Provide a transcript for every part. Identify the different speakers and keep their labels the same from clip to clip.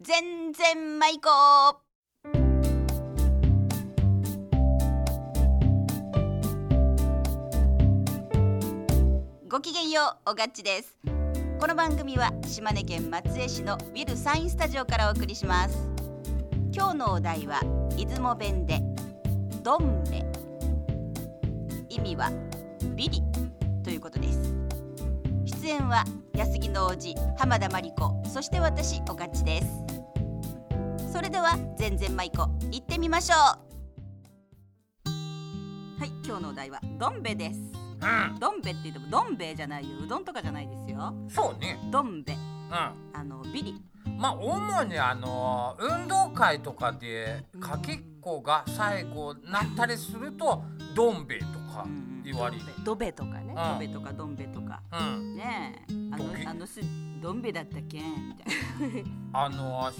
Speaker 1: 全然舞子ごきげんようおがっちですこの番組は島根県松江市のウィルサインスタジオからお送りします今日のお題は出雲弁でどんべ意味はビリということです出演は安木の王子浜田真理子そして私おかちですそれでは全然舞子行ってみましょうはい今日のお題はどんべです
Speaker 2: う
Speaker 1: どんべって言ってもどん兵衛じゃないようどんとかじゃないですよ
Speaker 2: ん、そうね。
Speaker 1: どんべ
Speaker 2: うん。
Speaker 1: あのビリ
Speaker 2: まあ主にあの運動会とかでかけっこが最後になったりするとどん兵衛とか言われる。
Speaker 1: ドベとかね
Speaker 2: うん
Speaker 1: ドベとかどんべとか
Speaker 2: うん。
Speaker 1: ねえあ
Speaker 2: ドキ
Speaker 1: のあのすどんべだったっけみたいな
Speaker 2: あの足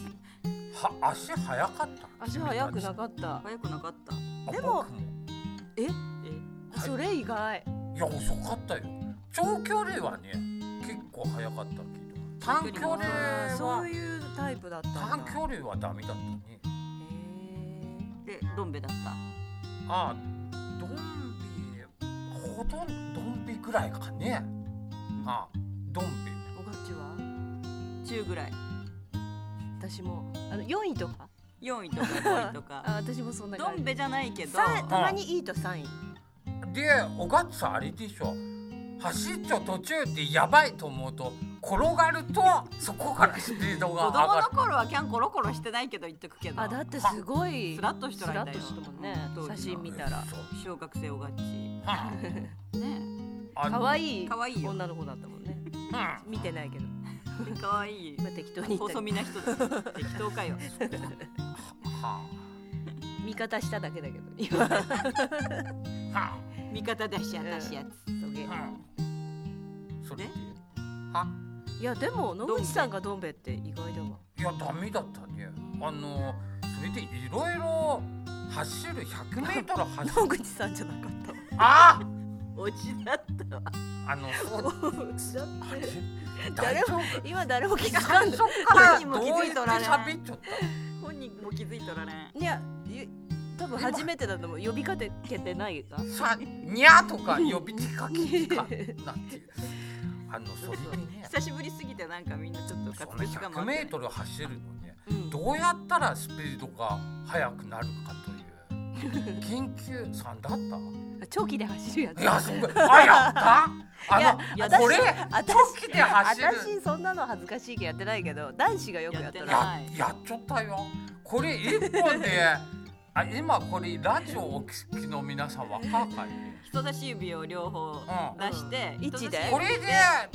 Speaker 2: は足速かった。
Speaker 3: 足速くなかった。
Speaker 1: 早くなかった
Speaker 2: あ
Speaker 3: でも
Speaker 2: 僕
Speaker 3: え、
Speaker 2: い
Speaker 3: それ以外。
Speaker 2: いや遅かったよ。長距離はね結構速かったけど短距離
Speaker 3: あーそ
Speaker 2: は
Speaker 3: ういうタイプだったんだ。
Speaker 2: 短距離はダメだったね。
Speaker 3: へ
Speaker 1: でどんべだった
Speaker 2: ああ、どん兵衛ほとんどどん兵衛ぐらいかね。ああ、どん兵衛。
Speaker 3: ーおがっちは。
Speaker 1: 中ぐらい
Speaker 3: 私も、あの四位とか。
Speaker 1: 4位とか5位とか
Speaker 3: あ、 私もそんな
Speaker 1: ど
Speaker 3: 感
Speaker 1: ん
Speaker 3: じ。
Speaker 1: べじゃないけど
Speaker 3: さたまにいいと三位。
Speaker 2: で、おがつさんあれでしょ。走っちょ途中でやばいと思うと転がるとそこからスピード
Speaker 1: 子
Speaker 2: が上
Speaker 1: 供
Speaker 2: が
Speaker 1: の
Speaker 2: る。
Speaker 1: 頃はキャンコロコロしてないけど言っとくけど
Speaker 3: あ、だってすごい。
Speaker 1: スラッとして
Speaker 3: ス
Speaker 1: ないん
Speaker 3: ラ
Speaker 1: だ
Speaker 3: ッ
Speaker 1: よ
Speaker 3: としたもんね
Speaker 1: 当時。の
Speaker 3: 写真見たら。
Speaker 2: そう
Speaker 1: 小学生おがっちね
Speaker 2: はあ
Speaker 3: 可愛い
Speaker 1: 可愛いよ
Speaker 3: 女の子だったもんね。
Speaker 2: あ
Speaker 3: 見てないけど。
Speaker 1: 可愛い
Speaker 3: 今適当に言った
Speaker 1: 細
Speaker 3: り。
Speaker 1: 身な人だ適当かよ
Speaker 2: うんは
Speaker 3: 味方しただけ だけど。今。
Speaker 2: あはあ
Speaker 1: 味方だしやだしやつ
Speaker 3: そげ
Speaker 2: うんそれで
Speaker 1: ね
Speaker 2: はい
Speaker 3: や、でも、野口さんがどん兵衛って意外だわ。
Speaker 2: いやダメだったねあのそれでいろいろ走る100メートル走る
Speaker 3: 野口さんじゃなかったわ。
Speaker 2: ああ
Speaker 1: おじだったわ
Speaker 2: あの、そう、
Speaker 3: だって
Speaker 2: あれ
Speaker 3: 誰
Speaker 2: 大丈夫
Speaker 3: も今誰も気づかん
Speaker 2: そ
Speaker 3: の
Speaker 2: っから
Speaker 1: 本人
Speaker 2: ど
Speaker 1: も
Speaker 2: う
Speaker 1: 気
Speaker 2: や
Speaker 1: づ
Speaker 2: っ
Speaker 1: い
Speaker 2: て
Speaker 1: とられん
Speaker 2: 喋っちゃっ
Speaker 1: 本人も気づいとられん
Speaker 3: いやゆ多分初めてだと思う呼びかけてないか
Speaker 2: た。さ、にゃーとか呼びかけかなんていう。あの、それでね、
Speaker 1: 久しぶりすぎてなんかみんなちょっと
Speaker 2: その
Speaker 1: 活口が
Speaker 2: 100
Speaker 1: 回っ
Speaker 2: メ
Speaker 1: て
Speaker 2: ートル走るのね、
Speaker 3: うん
Speaker 2: どうやったらスピードが速くなるかという。緊急さんだった。
Speaker 3: 長期で走るやつ
Speaker 2: いや、すごい。あ、やった。
Speaker 3: い
Speaker 2: あ
Speaker 3: や
Speaker 2: の、
Speaker 3: 私
Speaker 2: これ、
Speaker 3: 私
Speaker 2: 長期で走る。
Speaker 3: 私そんなの恥ずかしいけどやってないけど男子がよくやった
Speaker 1: やっ
Speaker 3: ら
Speaker 2: ややっちゃったよこれ一本であ今これラジオをお聞きの皆さんわかんないね
Speaker 1: 人差し指を両方出して、
Speaker 3: うん
Speaker 1: 人差し指
Speaker 3: 位置で
Speaker 2: これで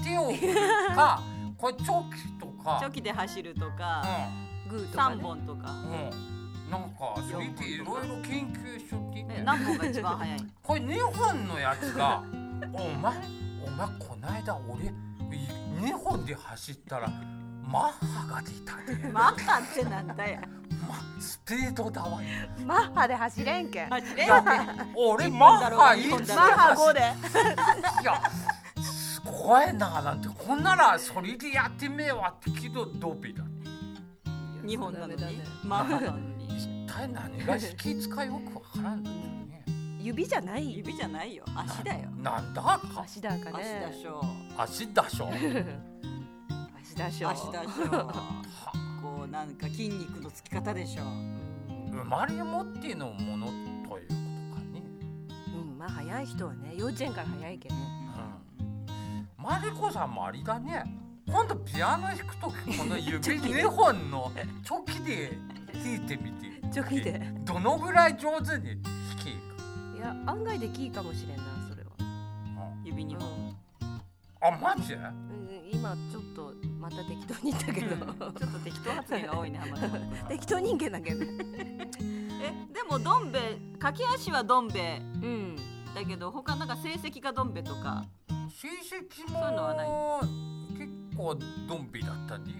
Speaker 2: 手を振る かこれチョキとか
Speaker 1: チョキで走るとか、
Speaker 3: グーとか、
Speaker 1: 三
Speaker 3: ね、
Speaker 1: 本とか、
Speaker 2: うんうんなんかそれでいろいろ研究しとって
Speaker 1: え
Speaker 2: ね
Speaker 1: 何本が一番速い？
Speaker 2: これ2本のやつが 「お前お前こないだ俺2本で走ったらマッハが出たね、
Speaker 1: マッハってなんだよ。
Speaker 2: まスピードだわよ
Speaker 3: マッハで走れんけんマッ
Speaker 1: 走れよ
Speaker 2: だっ。て俺マッハいつ
Speaker 3: ハ5で
Speaker 2: いや、すごいな、なんて、こんなら、それでやってみえわって、けど、ドビだ。
Speaker 1: 二本なの
Speaker 3: ダメ
Speaker 1: に
Speaker 3: だね、
Speaker 1: マッハなのに。
Speaker 2: 一体何が引き使いよくわからんのね。
Speaker 3: 指じゃない
Speaker 1: 指じゃないよ、足だよ。
Speaker 2: なんだか、
Speaker 3: 足だか
Speaker 1: 足
Speaker 3: ね
Speaker 1: だしょ。
Speaker 2: 足だしょ。
Speaker 3: 足だしょ
Speaker 1: 足だしょ。こうなんか筋肉のつき方でしょ。
Speaker 2: 生まれ持ってのものということかね。
Speaker 3: うんまあ早い人はね幼稚園から早いけどね
Speaker 2: うん。マリコさんもありだね。今度ピアノ弾くとき、この 指二本のチョキで弾いてみ て。
Speaker 3: チョキで。
Speaker 2: どのぐらい上手に弾けるか。
Speaker 3: いや案外できいかもしれんなそれは、
Speaker 2: うん
Speaker 1: 指に本。
Speaker 2: あ、マジ。
Speaker 3: うん、今ちょっとまた適当に言ったけど、
Speaker 1: ちょっと適当発言が多いね、浜 田君。
Speaker 3: 適当人間だけどね
Speaker 1: え、でもどんべ、駆け足はどんべ。
Speaker 3: うん
Speaker 1: だけど他なんか成績がどんべとか
Speaker 2: 成績
Speaker 1: そういうのはない
Speaker 2: も結構ドンピだったね。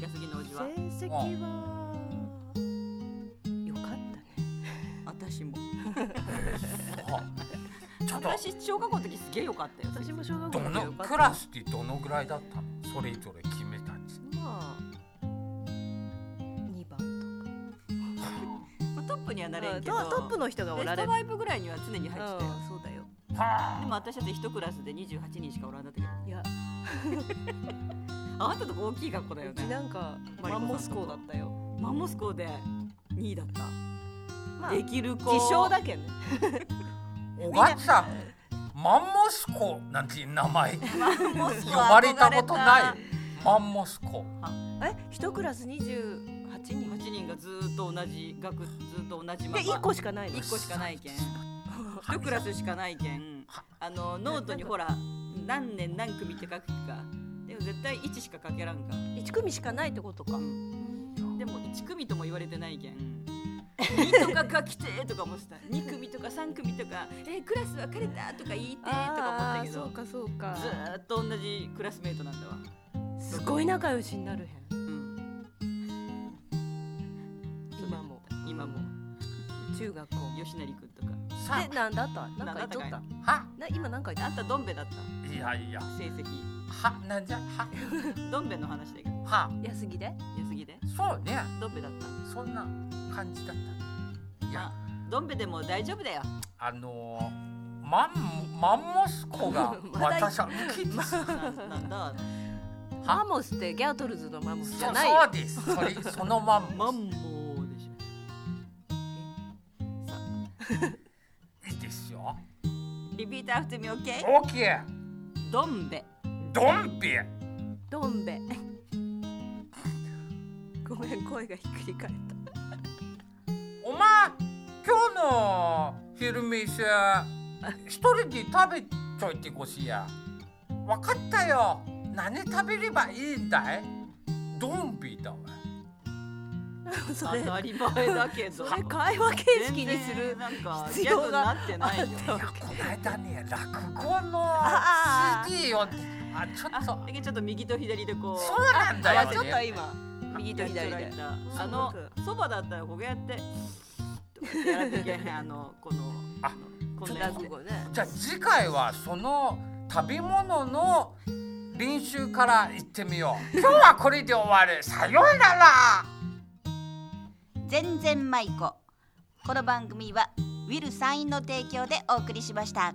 Speaker 1: 安木のおじ
Speaker 3: 成
Speaker 1: は
Speaker 3: 績はよかったね
Speaker 1: 私も
Speaker 2: あちょっと
Speaker 1: 私小学校の時すげえ良かったよ
Speaker 3: 私も小学校
Speaker 2: ど
Speaker 3: の時よ
Speaker 2: の
Speaker 3: かった
Speaker 2: クラスってどのぐらいだったの？それぞれ決めたんです。
Speaker 3: まあ
Speaker 1: にはなれんけ
Speaker 3: ト
Speaker 1: ど、
Speaker 3: トップの人がお
Speaker 1: ベ
Speaker 3: ら
Speaker 1: スト
Speaker 3: れる
Speaker 1: ファイブぐらいには常に入ってたよ、
Speaker 3: う
Speaker 1: そうだよ
Speaker 2: は
Speaker 1: でも私だって一クラスで28人しかおらんだったけど
Speaker 3: いや
Speaker 1: あなたとこ大きい学校だよ
Speaker 3: うち
Speaker 1: ね
Speaker 3: なんか
Speaker 1: マリコさんと
Speaker 3: マンモス校だったよ
Speaker 1: マンモス校で2位だった、
Speaker 3: まあ
Speaker 1: で
Speaker 3: 自
Speaker 1: きる子
Speaker 3: 称だけどね
Speaker 2: 小勝さんマンモスコなんていう名前
Speaker 4: モス
Speaker 2: 呼
Speaker 4: コ
Speaker 2: ばれたことないマンモスコ
Speaker 3: え一クラス28人
Speaker 1: 8人がずーっと同じ学ずーっと同じま
Speaker 3: で一
Speaker 1: ま
Speaker 3: 個しかないの
Speaker 1: 一個しかないけん一クラスしかないけんあのノートにほら何年何組って書くかでも絶対1しか書けらんか、
Speaker 3: 一組しかないってことか
Speaker 1: でも1組とも言われてないけん2とか書きてーとかもした2組 とか3組とか「えークラス別れた」とか言いてーとか思ったけ
Speaker 3: そ
Speaker 1: ど
Speaker 3: うかそうか
Speaker 1: ずーっと同じクラスメートなんだわ、
Speaker 3: すごい仲良しになるへ
Speaker 1: う
Speaker 3: ん
Speaker 1: ん、
Speaker 3: 今も
Speaker 1: 今も
Speaker 3: 中学校も
Speaker 1: 吉成君とか
Speaker 2: さ
Speaker 3: でなんだったなんか言っとっ
Speaker 1: なんだった
Speaker 3: た
Speaker 1: か
Speaker 2: は
Speaker 3: な今なんか言
Speaker 1: あ
Speaker 3: っ
Speaker 1: んたどんべだった
Speaker 2: いやいや
Speaker 1: 成績
Speaker 2: はなんじゃは
Speaker 1: どんべの話だけど
Speaker 2: は
Speaker 3: た安ぎで
Speaker 1: 安ぎで
Speaker 2: そうね
Speaker 1: どんべだった
Speaker 2: そんな感じだったいや
Speaker 1: まあどんべでも大丈夫だよ
Speaker 2: あのーマンマンモスコが
Speaker 3: まだ
Speaker 2: 私は好きです
Speaker 1: なんなんだ
Speaker 2: は
Speaker 3: マモスってギャートルズのマモ スじ
Speaker 2: そ
Speaker 3: ゃ
Speaker 2: う
Speaker 3: ないよ
Speaker 2: そうですそれ そのまん
Speaker 1: マ
Speaker 2: ま
Speaker 1: ンボウでし
Speaker 2: いいですよ
Speaker 1: ょリピートアフトミオッケー
Speaker 2: オーケー
Speaker 1: どんべ
Speaker 2: ドンビ
Speaker 3: どんべ ごめん声がひっくり返った
Speaker 2: お前今日の昼 飯一人で食べちょいてこしやわかったよ何食べればいいんだいドンビだわ
Speaker 3: そ
Speaker 1: 当
Speaker 3: れ
Speaker 1: たり前だけ
Speaker 3: そ
Speaker 1: ど
Speaker 3: れ会話形式にする
Speaker 1: なんか
Speaker 3: 必
Speaker 1: ギャグ
Speaker 3: 要
Speaker 1: に
Speaker 3: が
Speaker 1: なってないよ
Speaker 2: いやこないだね落語の
Speaker 3: ああ
Speaker 2: CD をあちょ
Speaker 1: あ
Speaker 2: っと
Speaker 1: だけどちょっと右と左でこう
Speaker 2: そうなんだ
Speaker 3: あ
Speaker 2: よ
Speaker 3: ちょっと
Speaker 2: ね
Speaker 3: 今右と左で
Speaker 1: あのそばだったらこうや ってとかってやらなきゃいけないあのこの
Speaker 2: あ
Speaker 1: このやつ
Speaker 3: 落語ね
Speaker 2: じゃあ次回はその食べ物の練習から行ってみよう今日はこれで終わるさようなら
Speaker 4: 全然舞子この番組はウィルサインの提供でお送りしました。